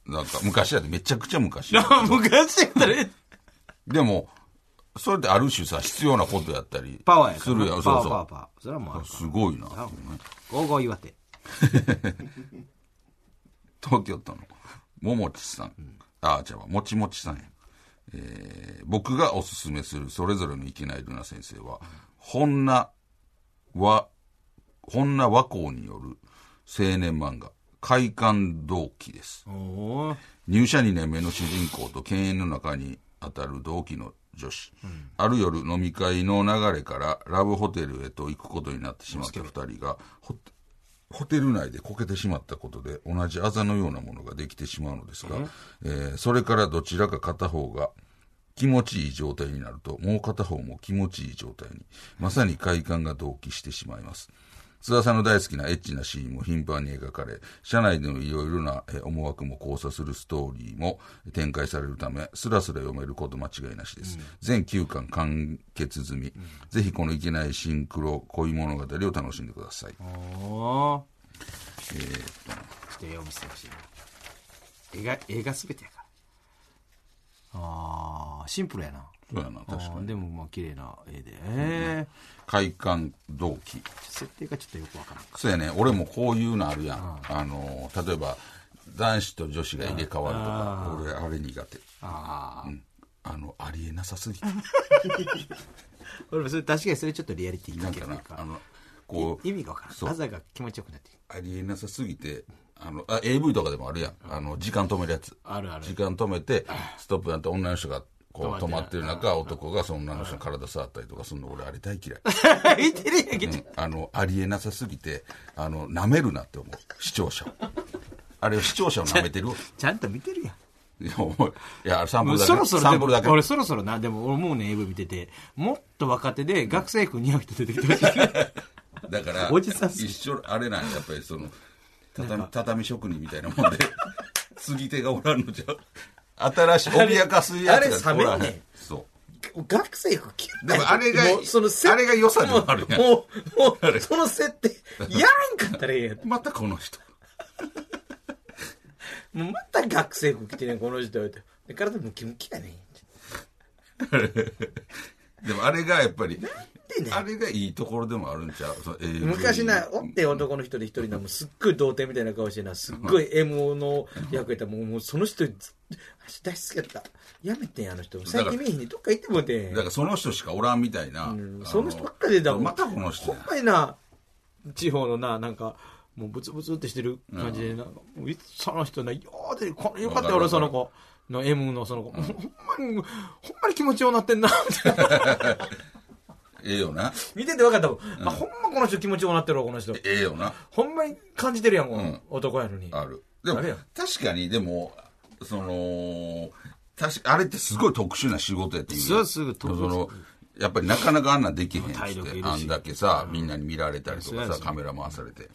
[SPEAKER 3] なんか昔やで、めちゃく (laughs) ちゃ昔やで。
[SPEAKER 2] 昔やったら、え
[SPEAKER 3] でも、それってある種さ、必要なことやったり。
[SPEAKER 2] パワーや
[SPEAKER 3] す
[SPEAKER 2] からな。
[SPEAKER 3] るや
[SPEAKER 2] パ
[SPEAKER 3] ん、そ
[SPEAKER 2] ワ
[SPEAKER 3] う
[SPEAKER 2] ーパワー
[SPEAKER 3] そ
[SPEAKER 2] パワー。それはもうある
[SPEAKER 3] う。
[SPEAKER 2] か
[SPEAKER 3] すごい
[SPEAKER 2] ら。
[SPEAKER 3] な。
[SPEAKER 2] ゴーゴー岩手。
[SPEAKER 3] 東京都の、ももちさん。あ、違うわ、もちもちさんや。えー僕がおすすめするそれぞれのいけないルナ先生は、ほんなは、ほんな和光による青年漫画、快感同期です。
[SPEAKER 2] おー
[SPEAKER 3] 入社2年目の主人公と犬猿の中に当たる同期の女子、ある夜飲み会の流れからラブホテルへと行くことになってしまった2人がホテホテル内でこけてしまったことで同じあざのようなものができてしまうのですが、えーそれからどちらか片方が気持ちいい状態になるともう片方も気持ちいい状態にまさに快感が同期してしまいます津田さんの大好きなエッチなシーンも頻繁に描かれ社内でのいろいろなえー思惑も交差するストーリーも展開されるためスラスラ読めること間違いなしです、全9巻完結済み、ぜひこのいけないシンクロ恋物語を楽しんでください
[SPEAKER 2] おーちょっと絵を見せてほしいな。絵が、絵が全てやから。あー、シンプルやな。
[SPEAKER 3] そうやな確か
[SPEAKER 2] あー
[SPEAKER 3] に
[SPEAKER 2] でもまあ綺麗な絵で。えー
[SPEAKER 3] 快感同期
[SPEAKER 2] 設定がちょっとよくわからん。
[SPEAKER 3] そうやね俺もこういうのあるやん、あのー例えば男子と女子が入れ替わるとか、俺あれ苦手
[SPEAKER 2] ああ。
[SPEAKER 3] あのありえなさすぎ (laughs) て
[SPEAKER 2] 俺もそれ確かにそれちょっとリアリティだ
[SPEAKER 3] なん
[SPEAKER 2] け
[SPEAKER 3] か
[SPEAKER 2] とい
[SPEAKER 3] な
[SPEAKER 2] うか
[SPEAKER 3] あのこう
[SPEAKER 2] 意味がわから。
[SPEAKER 3] そうん
[SPEAKER 2] あざが気持ちよくな
[SPEAKER 3] (laughs)
[SPEAKER 2] ってくる。
[SPEAKER 3] ありえなさすぎて、あの、あ AV とかでもあるやん。あの、時間止めるやつ。
[SPEAKER 2] あるある
[SPEAKER 3] 時間止めて、ストップなんて女の人が、こう、止
[SPEAKER 2] 止
[SPEAKER 3] ま
[SPEAKER 2] ま
[SPEAKER 3] っ
[SPEAKER 2] ってて
[SPEAKER 3] る
[SPEAKER 2] る
[SPEAKER 3] 中、男がその女の人の体触ったりとかするの、俺、あれ (laughs) 大嫌
[SPEAKER 2] 見
[SPEAKER 3] い。
[SPEAKER 2] てるやんけ、
[SPEAKER 3] うんあの、ありえなさすぎて、あの、舐めるなって思う。視聴者を。あれ、視聴者を舐めてる
[SPEAKER 2] ちゃんと見てるやん。
[SPEAKER 3] いや、お前いや、あれサンプ
[SPEAKER 2] もう
[SPEAKER 3] ルだけ。
[SPEAKER 2] そろそろ
[SPEAKER 3] サ
[SPEAKER 2] で
[SPEAKER 3] ンプ
[SPEAKER 2] も
[SPEAKER 3] ルだけ。
[SPEAKER 2] 俺そろそろな、でも俺もうね、AV 見てて、もっと若手で学生服似合う人出てきてほしい。
[SPEAKER 3] だから、
[SPEAKER 2] おじさん好き
[SPEAKER 3] 一緒、あれなんや、やっぱりその、畳、畳職人みたいなもんで、 (laughs) 継ぎ手がおらんのじゃ、新しい、脅かすやつがおら
[SPEAKER 4] あれ冷めんねん
[SPEAKER 3] そう。
[SPEAKER 4] (laughs) 学生服着る
[SPEAKER 3] でもあれが
[SPEAKER 4] もうその設
[SPEAKER 3] あれが良さでもあるやん
[SPEAKER 4] もう、もう、その設定、やらんかったらええやん。
[SPEAKER 3] またこの人。
[SPEAKER 4] もうまた学生服着てね、この人って。で体ムキムキやねん。
[SPEAKER 3] でもあれがやっぱり、
[SPEAKER 4] でね
[SPEAKER 3] あれがいいところでもあるんちゃうその AV
[SPEAKER 4] 昔な、おって男の人で一人な、もうすっごい童貞みたいな顔してな、すっごい M の役やったもう、もうその人、私大好きやった。やめてん、あの人。最近見えへんねんどっか行ってもうてん
[SPEAKER 3] だからその人しかおらんみたいな。あ
[SPEAKER 4] その人ばっかり出たもん。
[SPEAKER 3] またこの人
[SPEAKER 4] ほん。まにな、地方のな、なんか、もうブツブツってしてる感じでな、もういつその人な、ようで、このよかったよ、
[SPEAKER 3] わ
[SPEAKER 4] 俺
[SPEAKER 3] か
[SPEAKER 4] そ
[SPEAKER 3] る
[SPEAKER 4] の子。の M のその子、ほんまに、ほんまに気持ちようなってんな、 (laughs) みたいな。
[SPEAKER 3] ええよな。
[SPEAKER 4] 見てて分かったもん。あ、ほんまこの人気持ちようなってるわ、この人。
[SPEAKER 3] ええよな。
[SPEAKER 4] ほんまに感じてるやん、もう
[SPEAKER 3] うん
[SPEAKER 4] 男やのに。
[SPEAKER 3] ある。でも
[SPEAKER 4] あれや、
[SPEAKER 3] 確かに、でも、その、確かあれってすごい特殊な仕事やっていう。
[SPEAKER 2] そうすぐ特殊
[SPEAKER 3] そのやっぱりなかなかあんなんできへんっつ
[SPEAKER 2] 体
[SPEAKER 3] っ
[SPEAKER 2] 力い
[SPEAKER 3] て
[SPEAKER 2] るし
[SPEAKER 3] あんだけさ、みんなに見られたりと
[SPEAKER 2] そう
[SPEAKER 3] か
[SPEAKER 2] や
[SPEAKER 3] さ
[SPEAKER 2] そう
[SPEAKER 3] カメラ回されて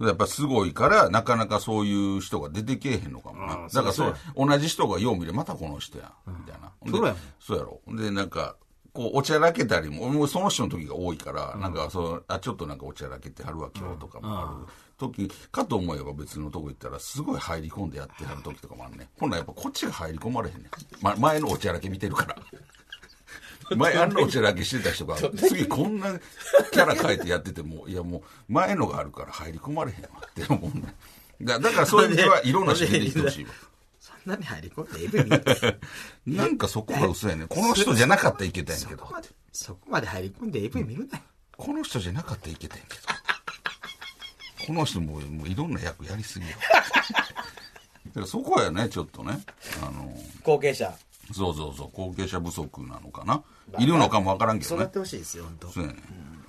[SPEAKER 3] やっぱすごいからなかなかそういう人が出てけえへんのかもな
[SPEAKER 2] あー
[SPEAKER 3] だから
[SPEAKER 2] そ
[SPEAKER 3] そうう同じ人がよう見れまたこの人やみたいな
[SPEAKER 2] プロやもん
[SPEAKER 3] でそうやろでなんかこう、おちゃらけたりも、俺もその人の時が多いから、なんか、そう、あ、ちょっとなんかおちゃらけてはるわ、今日とかもある時、かと思えば別のとこ行ったら、すごい入り込んでやってはる時とかもあるね。ほんならやっぱこっちが入り込まれへんねん。ま、前のおちゃらけ見てるから。前あんなおちゃらけしてた人が、次こんなキャラ変えてやってても、いやもう、前のがあるから入り込まれへんわって思うね。だだからそういう意味では、いろんな人出てきてほしいわ。
[SPEAKER 4] そんなに入り込んでエブミン
[SPEAKER 3] なんかそこが薄いね。この人じゃなかったらいけたんやけど
[SPEAKER 4] そこ。までそこまで入り込んで AV 見るなよ、
[SPEAKER 3] この人じゃなかったらいけたんやけど。この人も、もういろんな役やりすぎよ。だからそこやね、ちょっとね。あの、
[SPEAKER 4] 後継者
[SPEAKER 3] そうそうそう、後継者不足なのかな。いるのかもわからんけど
[SPEAKER 4] 育
[SPEAKER 3] ね
[SPEAKER 4] っ。てほしいですよ本当
[SPEAKER 3] そうやね。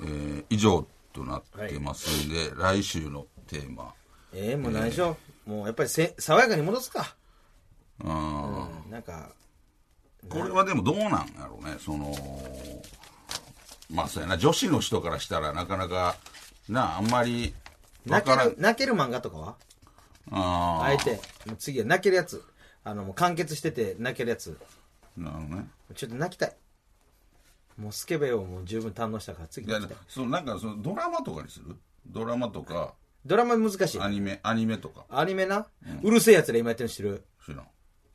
[SPEAKER 3] えー以上となってますんで、来週のテーマ。
[SPEAKER 4] ええもう内緒、もうやっぱりせ爽やかに戻すか、
[SPEAKER 3] うん
[SPEAKER 4] うんなんか
[SPEAKER 3] これはでもどうなんやろうねそのまあそうやな女子の人からしたらなかなかなああんまりわ
[SPEAKER 4] 泣け
[SPEAKER 3] からん
[SPEAKER 4] る泣ける漫画とかは
[SPEAKER 3] あ
[SPEAKER 4] あえてもう次は泣けるやつあのもう完結してて泣けるやつ
[SPEAKER 3] あなるほどね
[SPEAKER 4] ちょっと泣きたいもうスケベをもう十分堪能したから次
[SPEAKER 3] いや
[SPEAKER 4] 泣きたい
[SPEAKER 3] そうなんかそのドラマとかにするドラマとか
[SPEAKER 4] ドラマ難しい
[SPEAKER 3] アニメアニメとか
[SPEAKER 4] アニメな、うるせえやつら今やってるの知る
[SPEAKER 3] 知らん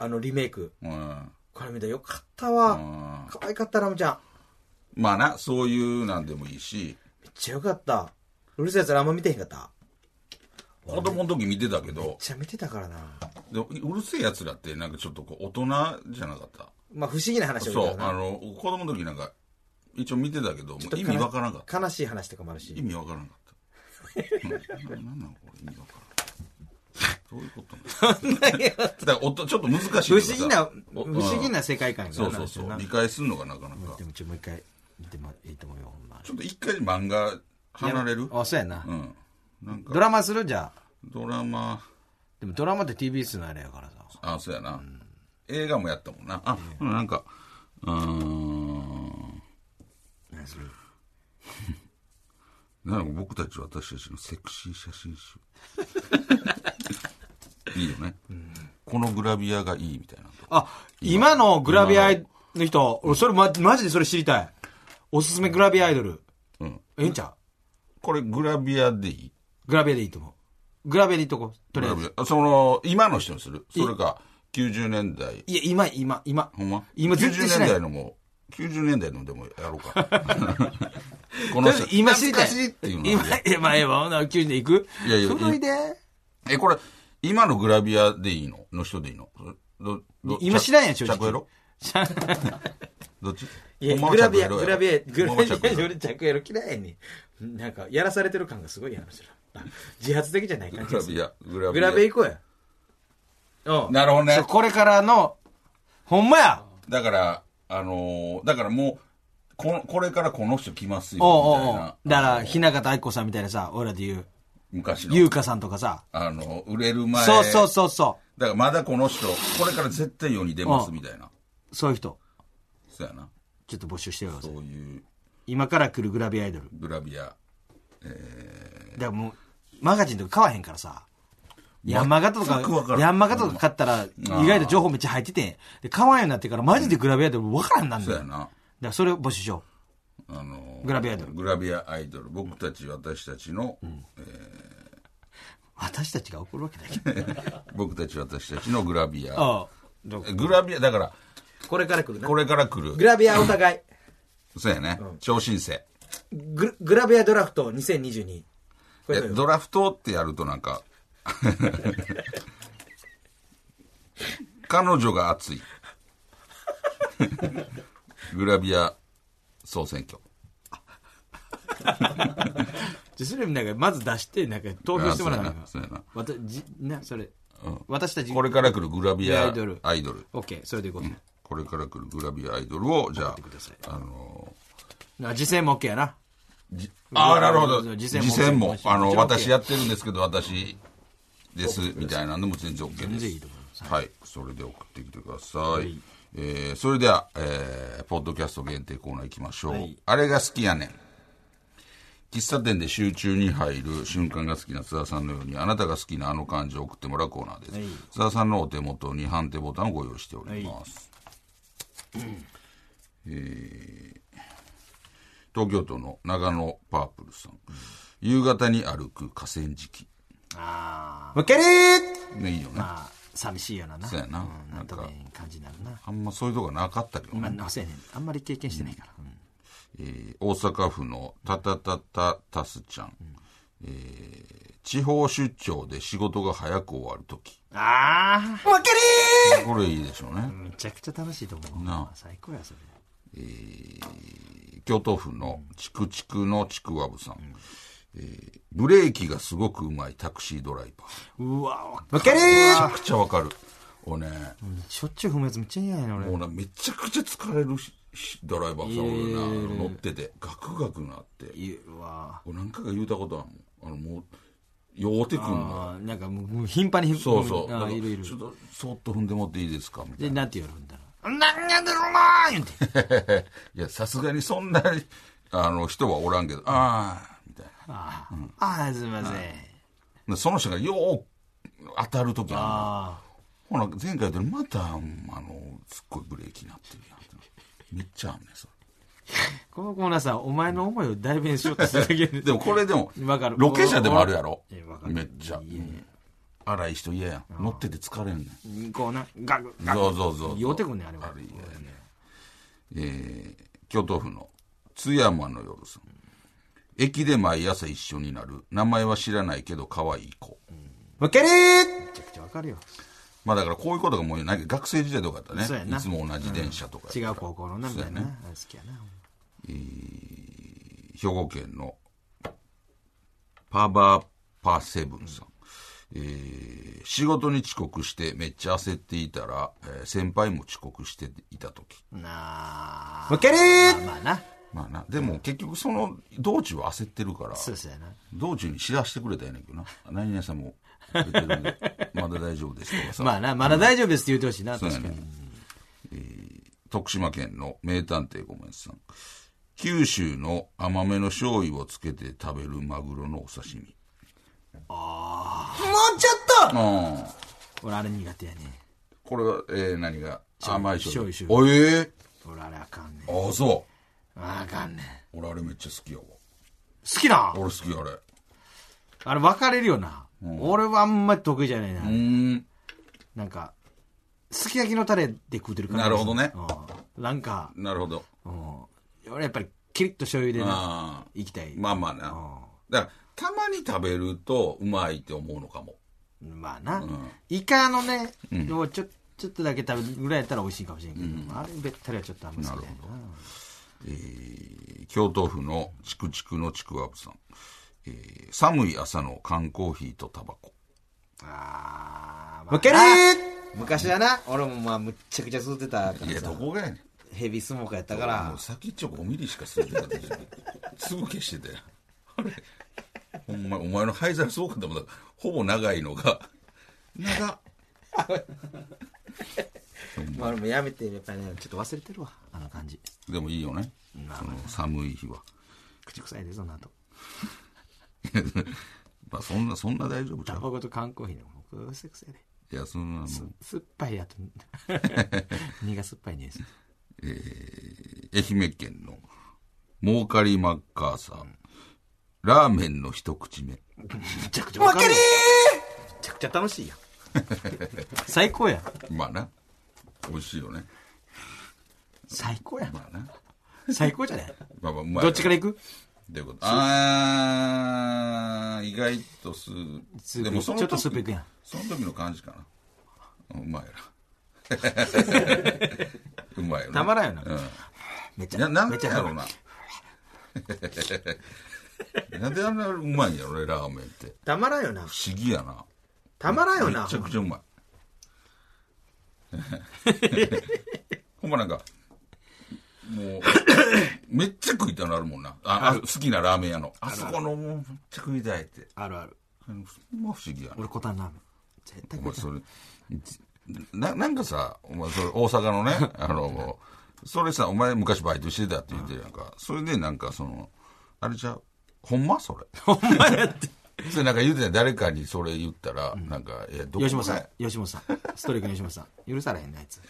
[SPEAKER 4] あのリメイク
[SPEAKER 3] うん
[SPEAKER 4] これ見たらよかったわ
[SPEAKER 3] うん
[SPEAKER 4] 可愛かったラムちゃん
[SPEAKER 3] まあなそういうなんでもいいし
[SPEAKER 4] めっちゃよかったうるせえやつらあんま見てへんかった
[SPEAKER 3] 子供の時見てたけど
[SPEAKER 4] めっちゃ見てたからな
[SPEAKER 3] でもうるせえやつらってなんかちょっとこう大人じゃなかった
[SPEAKER 4] まあ不思議な話を
[SPEAKER 3] そうあ
[SPEAKER 4] な
[SPEAKER 3] の子供の時なんか一応見てたけども
[SPEAKER 4] ちょ
[SPEAKER 3] う
[SPEAKER 4] っと
[SPEAKER 3] 意味わからんかった
[SPEAKER 4] 悲しい話とかもあるし
[SPEAKER 3] 意味わからんかった。なななんなんこれ意味わからん。どういうことなのだからおとちょっと難しいと
[SPEAKER 4] 不
[SPEAKER 3] いうかさ
[SPEAKER 4] 思議な、不
[SPEAKER 3] お
[SPEAKER 4] 思議
[SPEAKER 3] うん
[SPEAKER 4] な世界観が
[SPEAKER 3] そうそうそう。理解するのがなかなか
[SPEAKER 4] で。もちょ、もう一回見てもいいと思うよ、ほんま
[SPEAKER 3] ちょっと一回漫画離れる
[SPEAKER 4] あ、そうやな
[SPEAKER 3] う。ん。なんか
[SPEAKER 4] ドラマするじゃあ。
[SPEAKER 3] ドラマ、
[SPEAKER 4] でもドラマって TBS のあれやからさ。
[SPEAKER 3] あ、そうやな。映画もやったもんな。あ、うんなんか、うーん。
[SPEAKER 4] 何する
[SPEAKER 3] なんか僕たち私たちのセクシー写真集。いいよね。このグラビアがいいみたいな。
[SPEAKER 4] あ、今のグラビアアイの人、俺それま、マジでそれ知りたい。おすすめグラビアアイドル。
[SPEAKER 3] うん。
[SPEAKER 4] ええんちゃ
[SPEAKER 3] これグラビアでいい
[SPEAKER 4] グラビアでいいと思う。グラビアでいいとこ、とりあえず。
[SPEAKER 3] あその、今の人にするそれか、90年代。
[SPEAKER 4] いや、今、今、今。
[SPEAKER 3] ほんま
[SPEAKER 4] 今全
[SPEAKER 3] ?90
[SPEAKER 4] 然し
[SPEAKER 3] 年
[SPEAKER 4] ない
[SPEAKER 3] 代のも、90年代のでもやろうか。ことの
[SPEAKER 4] りあえ
[SPEAKER 3] 人
[SPEAKER 4] ず、今知りたい。
[SPEAKER 3] 懐かしいっていうの
[SPEAKER 4] 今
[SPEAKER 3] はね、
[SPEAKER 4] いや、まあ、ええわ、ほな、90で行く
[SPEAKER 3] いやいや
[SPEAKER 4] それで、
[SPEAKER 3] え、これ、今のグラビアでいいのの人でいいのどど
[SPEAKER 4] 今知らんやん正直
[SPEAKER 3] 着
[SPEAKER 4] (laughs)
[SPEAKER 3] エロどっち
[SPEAKER 4] いや、グラビア、
[SPEAKER 3] ほんま
[SPEAKER 4] グ
[SPEAKER 3] は
[SPEAKER 4] ラビア、
[SPEAKER 3] 着
[SPEAKER 4] グ
[SPEAKER 3] エロやほ
[SPEAKER 4] ラビア、
[SPEAKER 3] んまは着エロ
[SPEAKER 4] 俺着エロ嫌いに。なんか、やらされてる感がすごいやん、それあ自発的じゃない感
[SPEAKER 3] グ
[SPEAKER 4] じが
[SPEAKER 3] ラ
[SPEAKER 4] する。
[SPEAKER 3] ビア、グラビア。
[SPEAKER 4] グラビア行こうや。うん。
[SPEAKER 3] なるほどね
[SPEAKER 4] そうこれからの、ほんまや
[SPEAKER 3] だから、あのーだからもう、このこれからこの人来ますよ、
[SPEAKER 4] おう
[SPEAKER 3] み
[SPEAKER 4] おう
[SPEAKER 3] たい
[SPEAKER 4] お
[SPEAKER 3] な
[SPEAKER 4] う。。だから、ひなかたあいこさんみたいなさ、俺らで言う、
[SPEAKER 3] 昔
[SPEAKER 4] ゆう
[SPEAKER 3] の、
[SPEAKER 4] かさんとかさ。
[SPEAKER 3] あの、売れる前。
[SPEAKER 4] そうそうそうそ
[SPEAKER 3] だからまだこの人、これから絶対世に出ますみたいな。
[SPEAKER 4] う。そういう人、
[SPEAKER 3] そうやな。
[SPEAKER 4] ちょっと募集してくださ
[SPEAKER 3] そ
[SPEAKER 4] いう
[SPEAKER 3] いう
[SPEAKER 4] 今から来るグラビアアイドル。
[SPEAKER 3] グラビア。
[SPEAKER 4] だからもう、マガジンとか買わへんからさ。ヤンマガとか
[SPEAKER 3] 全くわから、ん
[SPEAKER 4] ヤンマガとか買ったら、意外と情報めっちゃ入ってて。で、買わんようになってから、マジでグラビアアイドル分からんなんだ
[SPEAKER 3] そう
[SPEAKER 4] よ。
[SPEAKER 3] やな。
[SPEAKER 4] だからそれを募集しよ
[SPEAKER 3] あの
[SPEAKER 4] う。グラビアアイドル。
[SPEAKER 3] グラビアアイドル。僕たち、私たちの、 (laughs)
[SPEAKER 4] 私たちが怒るわけな
[SPEAKER 3] (laughs)
[SPEAKER 4] いけど。
[SPEAKER 3] 僕たち、私たちのグラビア。
[SPEAKER 4] ああどう
[SPEAKER 3] グラビア、だから、
[SPEAKER 4] これから来るな
[SPEAKER 3] こ。れから来る
[SPEAKER 4] グ。ラビアお互い。
[SPEAKER 3] そうやね。超新星。
[SPEAKER 4] ググラビアドラフト2022。これ
[SPEAKER 3] え
[SPEAKER 4] どうよ
[SPEAKER 3] ドラフトってやるとなんか、彼女が熱い。 (laughs) グラビア総選挙。
[SPEAKER 4] じゃあそれなんかまず出して、なんか投票してもらわな
[SPEAKER 3] あそうやな
[SPEAKER 4] わたじな、それ。私たち、
[SPEAKER 3] これから来るグラビア
[SPEAKER 4] ア
[SPEAKER 3] ア
[SPEAKER 4] イ
[SPEAKER 3] イド
[SPEAKER 4] ドル
[SPEAKER 3] ル。
[SPEAKER 4] オッケー、それでいこう。
[SPEAKER 3] これから来るグラビアアイドルを、じゃあ
[SPEAKER 4] ください、
[SPEAKER 3] あの
[SPEAKER 4] な次戦もオッケーやな。
[SPEAKER 3] じああ、なるほど。次
[SPEAKER 4] 次戦
[SPEAKER 3] 戦
[SPEAKER 4] も
[SPEAKER 3] も、
[SPEAKER 4] もちろん
[SPEAKER 3] あの、
[SPEAKER 4] OK
[SPEAKER 3] 私やってるんですけど、私です、みたいなのも全然 OK です。
[SPEAKER 4] 然いいと思い
[SPEAKER 3] はい。それで送ってきてください。えーそれでは、えーポッドキャスト限定コーナー行きましょう。あれが好きやねん。喫茶店で集中に入る瞬間が好きな津田さんのように、あなたが好きなあの感じを送ってもらうコーナーです。津田さんのお手元に判定ボタンをご用意しております。東京都の長野パープルさん。夕方に歩く河川敷。
[SPEAKER 4] あー。むけるー
[SPEAKER 3] ね、いいよね。
[SPEAKER 4] まあ、寂しいようなな。
[SPEAKER 3] そうやなん
[SPEAKER 4] なんとも
[SPEAKER 3] なん
[SPEAKER 4] 言
[SPEAKER 3] か
[SPEAKER 4] えん感じになるな。
[SPEAKER 3] あんまそういうとこなかったけど
[SPEAKER 4] ま
[SPEAKER 3] ね。
[SPEAKER 4] あ、そうやねんあんまり経験してないから。うん
[SPEAKER 3] えー大阪府のたたたたたすちゃん。えー地方出張で仕事が早く終わるとき。
[SPEAKER 4] ああ。
[SPEAKER 3] これいいでしょうね。
[SPEAKER 4] むちゃくちゃ楽しいと思う。
[SPEAKER 3] なあ
[SPEAKER 4] 最高や、それ。
[SPEAKER 3] 京都府のチクチクのちくわぶさん。えーブレーキがすごくうまいタクシードライバー。
[SPEAKER 4] うわ、むけるー
[SPEAKER 3] めちゃくちゃわかる。俺ね、
[SPEAKER 4] しょっちゅう踏むやつめっちゃ嫌やねん、俺。
[SPEAKER 3] もうな、めちゃくちゃ疲れるししドライバーさん、俺な、乗ってて、ガクガクなって。
[SPEAKER 4] うわ
[SPEAKER 3] 俺何回か言うたことあるもん。あの、もう、酔うてくんの。
[SPEAKER 4] あーなんかもうもう頻繁に踏
[SPEAKER 3] そうそう。
[SPEAKER 4] あ
[SPEAKER 3] だから
[SPEAKER 4] ーいるいる
[SPEAKER 3] ちょっと、そっと踏んでもっていいですかみた
[SPEAKER 4] で
[SPEAKER 3] いな。
[SPEAKER 4] なんて言われるんだろうなんやでろなー言うて
[SPEAKER 3] (laughs) いや、さすがにそんな、あの、人はおらんけど、ああ、みたいな。
[SPEAKER 4] あー、あーすいません
[SPEAKER 3] でその人がよう当たるときあ
[SPEAKER 4] あ
[SPEAKER 3] るのほら、前回とまた、うんあの、すっごいブレーキになってるやん。めっちゃあんねん、そ
[SPEAKER 4] ーこのコーナーさんお前の思いを代弁しようとするだけで
[SPEAKER 3] (laughs) れ。でもこれでも
[SPEAKER 4] わかる、
[SPEAKER 3] ロケ車でもあるやろ
[SPEAKER 4] えわ。かる
[SPEAKER 3] めっちゃ。荒い人嫌やん。乗ってて疲れんねん。
[SPEAKER 4] こうなガグガグ
[SPEAKER 3] そうそうそうそう。
[SPEAKER 4] 酔うてくんねんあれは
[SPEAKER 3] あれ嫌やね。えー、京都府の津山の夜さん。駅で毎朝一緒になる。名前は知らないけど可愛い子。
[SPEAKER 4] むけるーめちゃくちゃわかるよ
[SPEAKER 3] まあだからこういうことがもうなんか学生時代とかだった
[SPEAKER 4] そうや
[SPEAKER 3] ね。
[SPEAKER 4] ない
[SPEAKER 3] つも同じ電車とかやった
[SPEAKER 4] 違
[SPEAKER 3] ら
[SPEAKER 4] う高校のなみたいな、
[SPEAKER 3] そうや
[SPEAKER 4] あれ好きやな
[SPEAKER 3] 兵庫県のパーバーパーセブンさん、えー仕事に遅刻してめっちゃ焦っていたら、えー先輩も遅刻していた時
[SPEAKER 4] なあむけるーまあまあな
[SPEAKER 3] まあなでも結局その道中は焦ってるから
[SPEAKER 4] そうそうやな
[SPEAKER 3] 道中に知らせてくれたんやねんけ
[SPEAKER 4] (laughs)
[SPEAKER 3] どな何々さんも言ってるんでまだ大丈夫ですとかさ、
[SPEAKER 4] まあなまだ大丈夫ですって言うてほしいな、
[SPEAKER 3] そうや
[SPEAKER 4] 確か
[SPEAKER 3] ね
[SPEAKER 4] に
[SPEAKER 3] 徳島県の名探偵ごめんさん九州の甘めの醤油をつけて食べるマグロのお刺身
[SPEAKER 4] もうちょっと
[SPEAKER 3] うん
[SPEAKER 4] 俺あれ苦手やね
[SPEAKER 3] これは、えー、何が甘い醤油。
[SPEAKER 4] 醤
[SPEAKER 3] あ、え
[SPEAKER 4] 俺あれあかんねん
[SPEAKER 3] えあ、そ
[SPEAKER 4] あかんねん
[SPEAKER 3] う。俺あれめっちゃ好きやわ。
[SPEAKER 4] 好きな
[SPEAKER 3] 俺好きあれ。
[SPEAKER 4] あれ分かれるよな、俺はあんまり得意じゃないな、
[SPEAKER 3] うーん。
[SPEAKER 4] なんかすき焼きのタレで食うてるから
[SPEAKER 3] なるほどね、
[SPEAKER 4] うんなんか、
[SPEAKER 3] なるほど。
[SPEAKER 4] うん俺やっぱりキリッと醤油でな
[SPEAKER 3] ああ。
[SPEAKER 4] いきたい
[SPEAKER 3] まあまあな。だから、たまに食べるとうまいって思うのかも。
[SPEAKER 4] まあな、イカのね、をちょちょっとだけ食べるぐらいやったら美味しいかもしれんけど、あれべったりはちょっとあんま好きじゃないな
[SPEAKER 3] 京都府のチクチクのちくわぶさん。えー寒い朝の缶コーヒーとタバコ。
[SPEAKER 4] あーまあ
[SPEAKER 5] むける
[SPEAKER 4] な
[SPEAKER 5] 昔はな、俺もまあ、むっちゃくちゃ吸ってたから
[SPEAKER 3] いや、
[SPEAKER 5] さ
[SPEAKER 3] どこがやねん。
[SPEAKER 5] ヘビースモーカーやったか
[SPEAKER 3] も
[SPEAKER 5] ら
[SPEAKER 3] う、先っちょ5ミリしか吸ってなかったじゃんすぐ消してたよあれほんまお前の灰皿すごかったもんだほぼ長いのが長っ
[SPEAKER 5] まあ、俺もやめて、やっぱりね、
[SPEAKER 4] ちょっと忘れてるわあの感じ
[SPEAKER 3] でもいいよねその寒い日は (laughs)
[SPEAKER 4] 口臭いでその後
[SPEAKER 3] まあそんなそんな大丈夫ちゃ
[SPEAKER 4] タ
[SPEAKER 3] う
[SPEAKER 4] バコと缶コーヒーの僕うせくせで
[SPEAKER 3] いやそんなもう
[SPEAKER 4] 酸っぱいやと (laughs) 苦が酸っぱいニュース
[SPEAKER 3] 愛媛県の儲かりマッカーさんラーメンの一口目
[SPEAKER 4] めちゃくちゃわかるめちゃくちゃ楽しいやん最高やん
[SPEAKER 3] まあな美味しいよね
[SPEAKER 4] 最高やん
[SPEAKER 3] まあな
[SPEAKER 4] 最高じゃない
[SPEAKER 3] まあまあうまい
[SPEAKER 4] どっちから行く
[SPEAKER 3] どういうことあー、意外とスー
[SPEAKER 4] スープ
[SPEAKER 3] でもその
[SPEAKER 4] ちょっと
[SPEAKER 3] 時
[SPEAKER 4] スープいくやん
[SPEAKER 3] その時の感じかな。うまいな。 (laughs) うまいよね。
[SPEAKER 4] たまらんよ
[SPEAKER 3] う
[SPEAKER 4] な、
[SPEAKER 3] ん。
[SPEAKER 4] めち
[SPEAKER 3] な
[SPEAKER 4] ゃ
[SPEAKER 3] なん
[SPEAKER 4] め
[SPEAKER 3] で
[SPEAKER 4] ちゃ
[SPEAKER 3] やろうな。 (laughs) なんであんなうまいんやろね、ラーメンって。
[SPEAKER 5] たまらんよな。
[SPEAKER 3] 不思議やな。
[SPEAKER 5] たまらんよな。
[SPEAKER 3] めちゃくちゃうまい。ほんまなんか、もう、めっちゃ食いたなるもんな。ああ好きなラーメン屋の。あそこのもうめっちゃ食いたいって。
[SPEAKER 4] あるある
[SPEAKER 3] ほんま不思議やな
[SPEAKER 4] 俺。コタンラーメン絶対
[SPEAKER 3] お
[SPEAKER 4] こ
[SPEAKER 3] 前
[SPEAKER 4] れ
[SPEAKER 3] それ、ななんかさ、お前それ大阪のね、あの、それさ、お前昔バイトしてたって言ってるやんか。それでなんかその、あれじゃうほんまそれ。ほんまやって。それなんか言うてたやん誰かに
[SPEAKER 4] (laughs)
[SPEAKER 3] それ言ったら、なんか、いや、どこが
[SPEAKER 4] 吉本さん吉本さんストレイクの吉本さん許されへんなやつ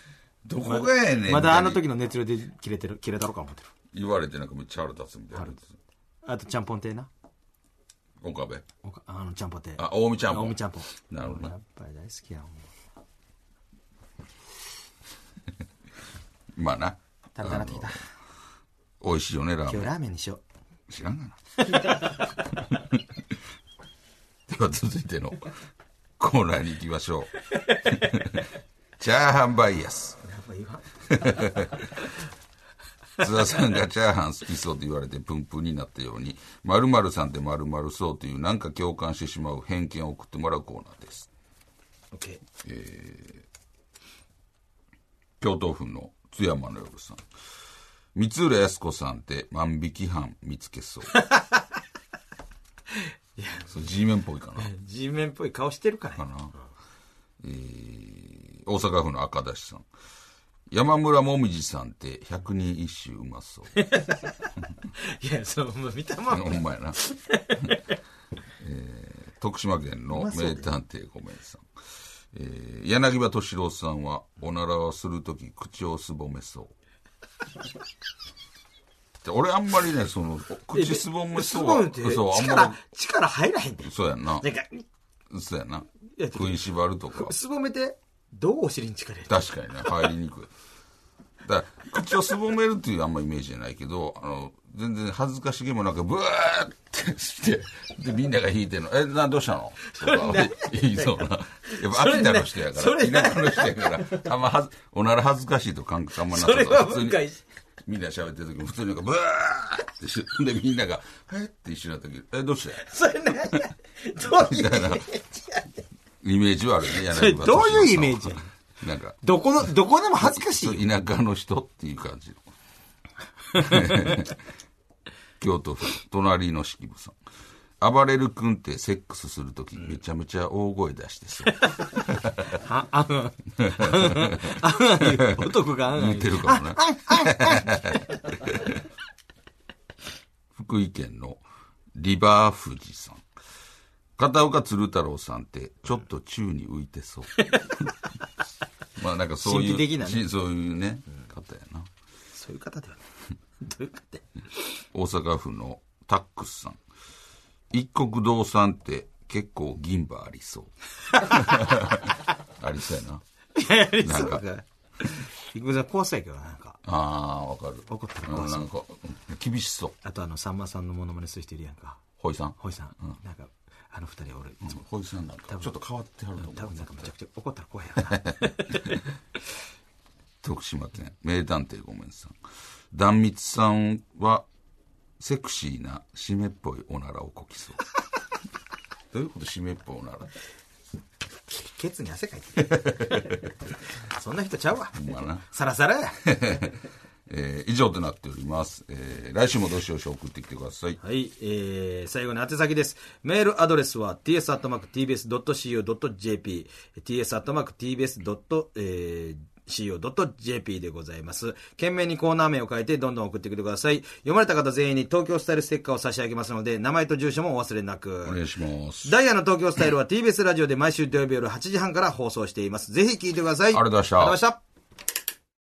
[SPEAKER 3] どこがやねんみたいに
[SPEAKER 2] まだあの時の熱量で切れてる、切れたろか思ってる。
[SPEAKER 3] 言われてなんかめっちゃ腹立つみたいな
[SPEAKER 2] あと、ちゃんぽん亭な。
[SPEAKER 3] 岡部
[SPEAKER 2] おかあの、ちゃんぽん亭。
[SPEAKER 3] あ近江ちゃんぽん
[SPEAKER 2] 近江ちゃんぽん。
[SPEAKER 3] なるほど
[SPEAKER 2] や
[SPEAKER 3] な
[SPEAKER 2] っぱり大好きやもん。
[SPEAKER 3] まあな
[SPEAKER 2] 食べたなってきた。
[SPEAKER 3] 美味しいよねラーメ
[SPEAKER 2] 今
[SPEAKER 3] ン
[SPEAKER 2] 日ラーメンにしよ
[SPEAKER 3] 知らんがな (laughs) では続いてのコーナーに行きましょう (laughs) チャーハンバイアス津田さんがチャーハン好きそうと言われてプンプンになったように〇〇さんって〇〇そうというなんか共感してしまう偏見を送ってもらうコーナーです
[SPEAKER 4] オッケ
[SPEAKER 3] 京都府の津山の夜さん三浦靖子さんって万引き犯見つけそうそう G メンっぽいかな
[SPEAKER 4] ー。G メンっぽい顔してるからね。
[SPEAKER 3] 大阪府の赤出しさん山村もみじさんって百人一首うまそう
[SPEAKER 4] いや、その、もう見たまんま
[SPEAKER 3] ほんまやな、 (laughs) えー徳島県の名探偵ごめんさん、えー柳葉敏郎さんはおならをする時口をすぼめそうで俺あんまりねその口すぼめそうは
[SPEAKER 4] すぼめて
[SPEAKER 3] そうあんま
[SPEAKER 4] 力、力入らへんで。
[SPEAKER 3] りそうやんな
[SPEAKER 4] なんか、
[SPEAKER 3] そうやな
[SPEAKER 4] や
[SPEAKER 3] 食いしばるとか
[SPEAKER 4] すぼめて、どうお尻に力入れる
[SPEAKER 3] 確かにね入りにくいだから口をすぼめるっていうあんまイメージじゃないけどあの全然恥ずかしげもなくブワーってしてでみんなが弾いてるの「えなどうしたの?」とか言いそうなやっぱ秋田の人やか
[SPEAKER 4] そ
[SPEAKER 3] ら
[SPEAKER 4] れ
[SPEAKER 3] 田舎の人やからあんまはずおなら恥ずかしいと感覚あんまなか
[SPEAKER 4] そ
[SPEAKER 3] った
[SPEAKER 4] れ
[SPEAKER 3] から
[SPEAKER 4] は
[SPEAKER 3] 普通
[SPEAKER 4] 文
[SPEAKER 3] に
[SPEAKER 4] 化一
[SPEAKER 3] みんな喋ってる時も普通になんかブワーってしてでみんなが「えっ?」て一緒になった時「えどうして?」
[SPEAKER 4] それな、どうい
[SPEAKER 3] み
[SPEAKER 4] う
[SPEAKER 3] たいなイメージはあるよね
[SPEAKER 2] それ
[SPEAKER 3] 柳葉
[SPEAKER 2] どういうイメージ
[SPEAKER 3] 敏郎さんはなんか
[SPEAKER 2] う。どこの、どこでも恥ずかしいよ。
[SPEAKER 3] 田舎の人っていう感じの (laughs) 京都府隣の式部さん暴れる君ってセックスするときめちゃめちゃ大声出してそう
[SPEAKER 2] 男があんあん言
[SPEAKER 3] 似
[SPEAKER 2] う
[SPEAKER 3] てるかもね福井県のリバー富士さん片岡鶴太郎さんってちょっと宙に浮いて
[SPEAKER 2] (laughs)
[SPEAKER 3] そうまあなんかそういう
[SPEAKER 2] 神秘的なね
[SPEAKER 3] しそういうね方やな
[SPEAKER 4] そういう方ではない。どういう方や
[SPEAKER 3] 大阪府のタックスさん一国堂さんって結構銀歯あ
[SPEAKER 2] (laughs)
[SPEAKER 3] りそうありそうやななんか
[SPEAKER 2] いくら怖そうやけどな、なんか。
[SPEAKER 3] ああわかる
[SPEAKER 2] 怒ってる
[SPEAKER 3] うん、なんか厳しそう
[SPEAKER 2] あとあの、さんまさんのモノマネする人いるやんか。
[SPEAKER 3] ほいさん
[SPEAKER 2] ほいさん。なんか、あの二人俺、いつも
[SPEAKER 3] ほいさんなんかちょっと変わってはると思う
[SPEAKER 2] 多分なんかめちゃくちゃ怒ったら怖いやろな。
[SPEAKER 3] 徳島県名探偵ごめんさん壇蜜さんはセクシーな湿っぽいおならをこ
[SPEAKER 2] (laughs)
[SPEAKER 3] きそうどういうこと湿っぽいおならって
[SPEAKER 4] ケツに汗かいてる。そんな人ちゃうわ。
[SPEAKER 3] ほんまな
[SPEAKER 4] サラサラや。
[SPEAKER 3] えー以上となっております、えー来週もどしどし送ってきてください
[SPEAKER 4] はい、えー、最後に宛先です。メールアドレスは ts.tbs.co.jp、ts.tbs.co.jp でございます。懸命にコーナー名を書いてどんどん送ってきてください。読まれた方全員に東京スタイルステッカーを差し上げますので、名前と住所もお忘れなく。
[SPEAKER 3] お願いします
[SPEAKER 4] ダイヤの (laughs) 東京スタイルは TBS ラジオで毎週土曜日夜8時半から放送しています。ぜひ聞いてくださ
[SPEAKER 3] あ
[SPEAKER 4] い。
[SPEAKER 3] りがとうございました
[SPEAKER 4] ありがとうございました。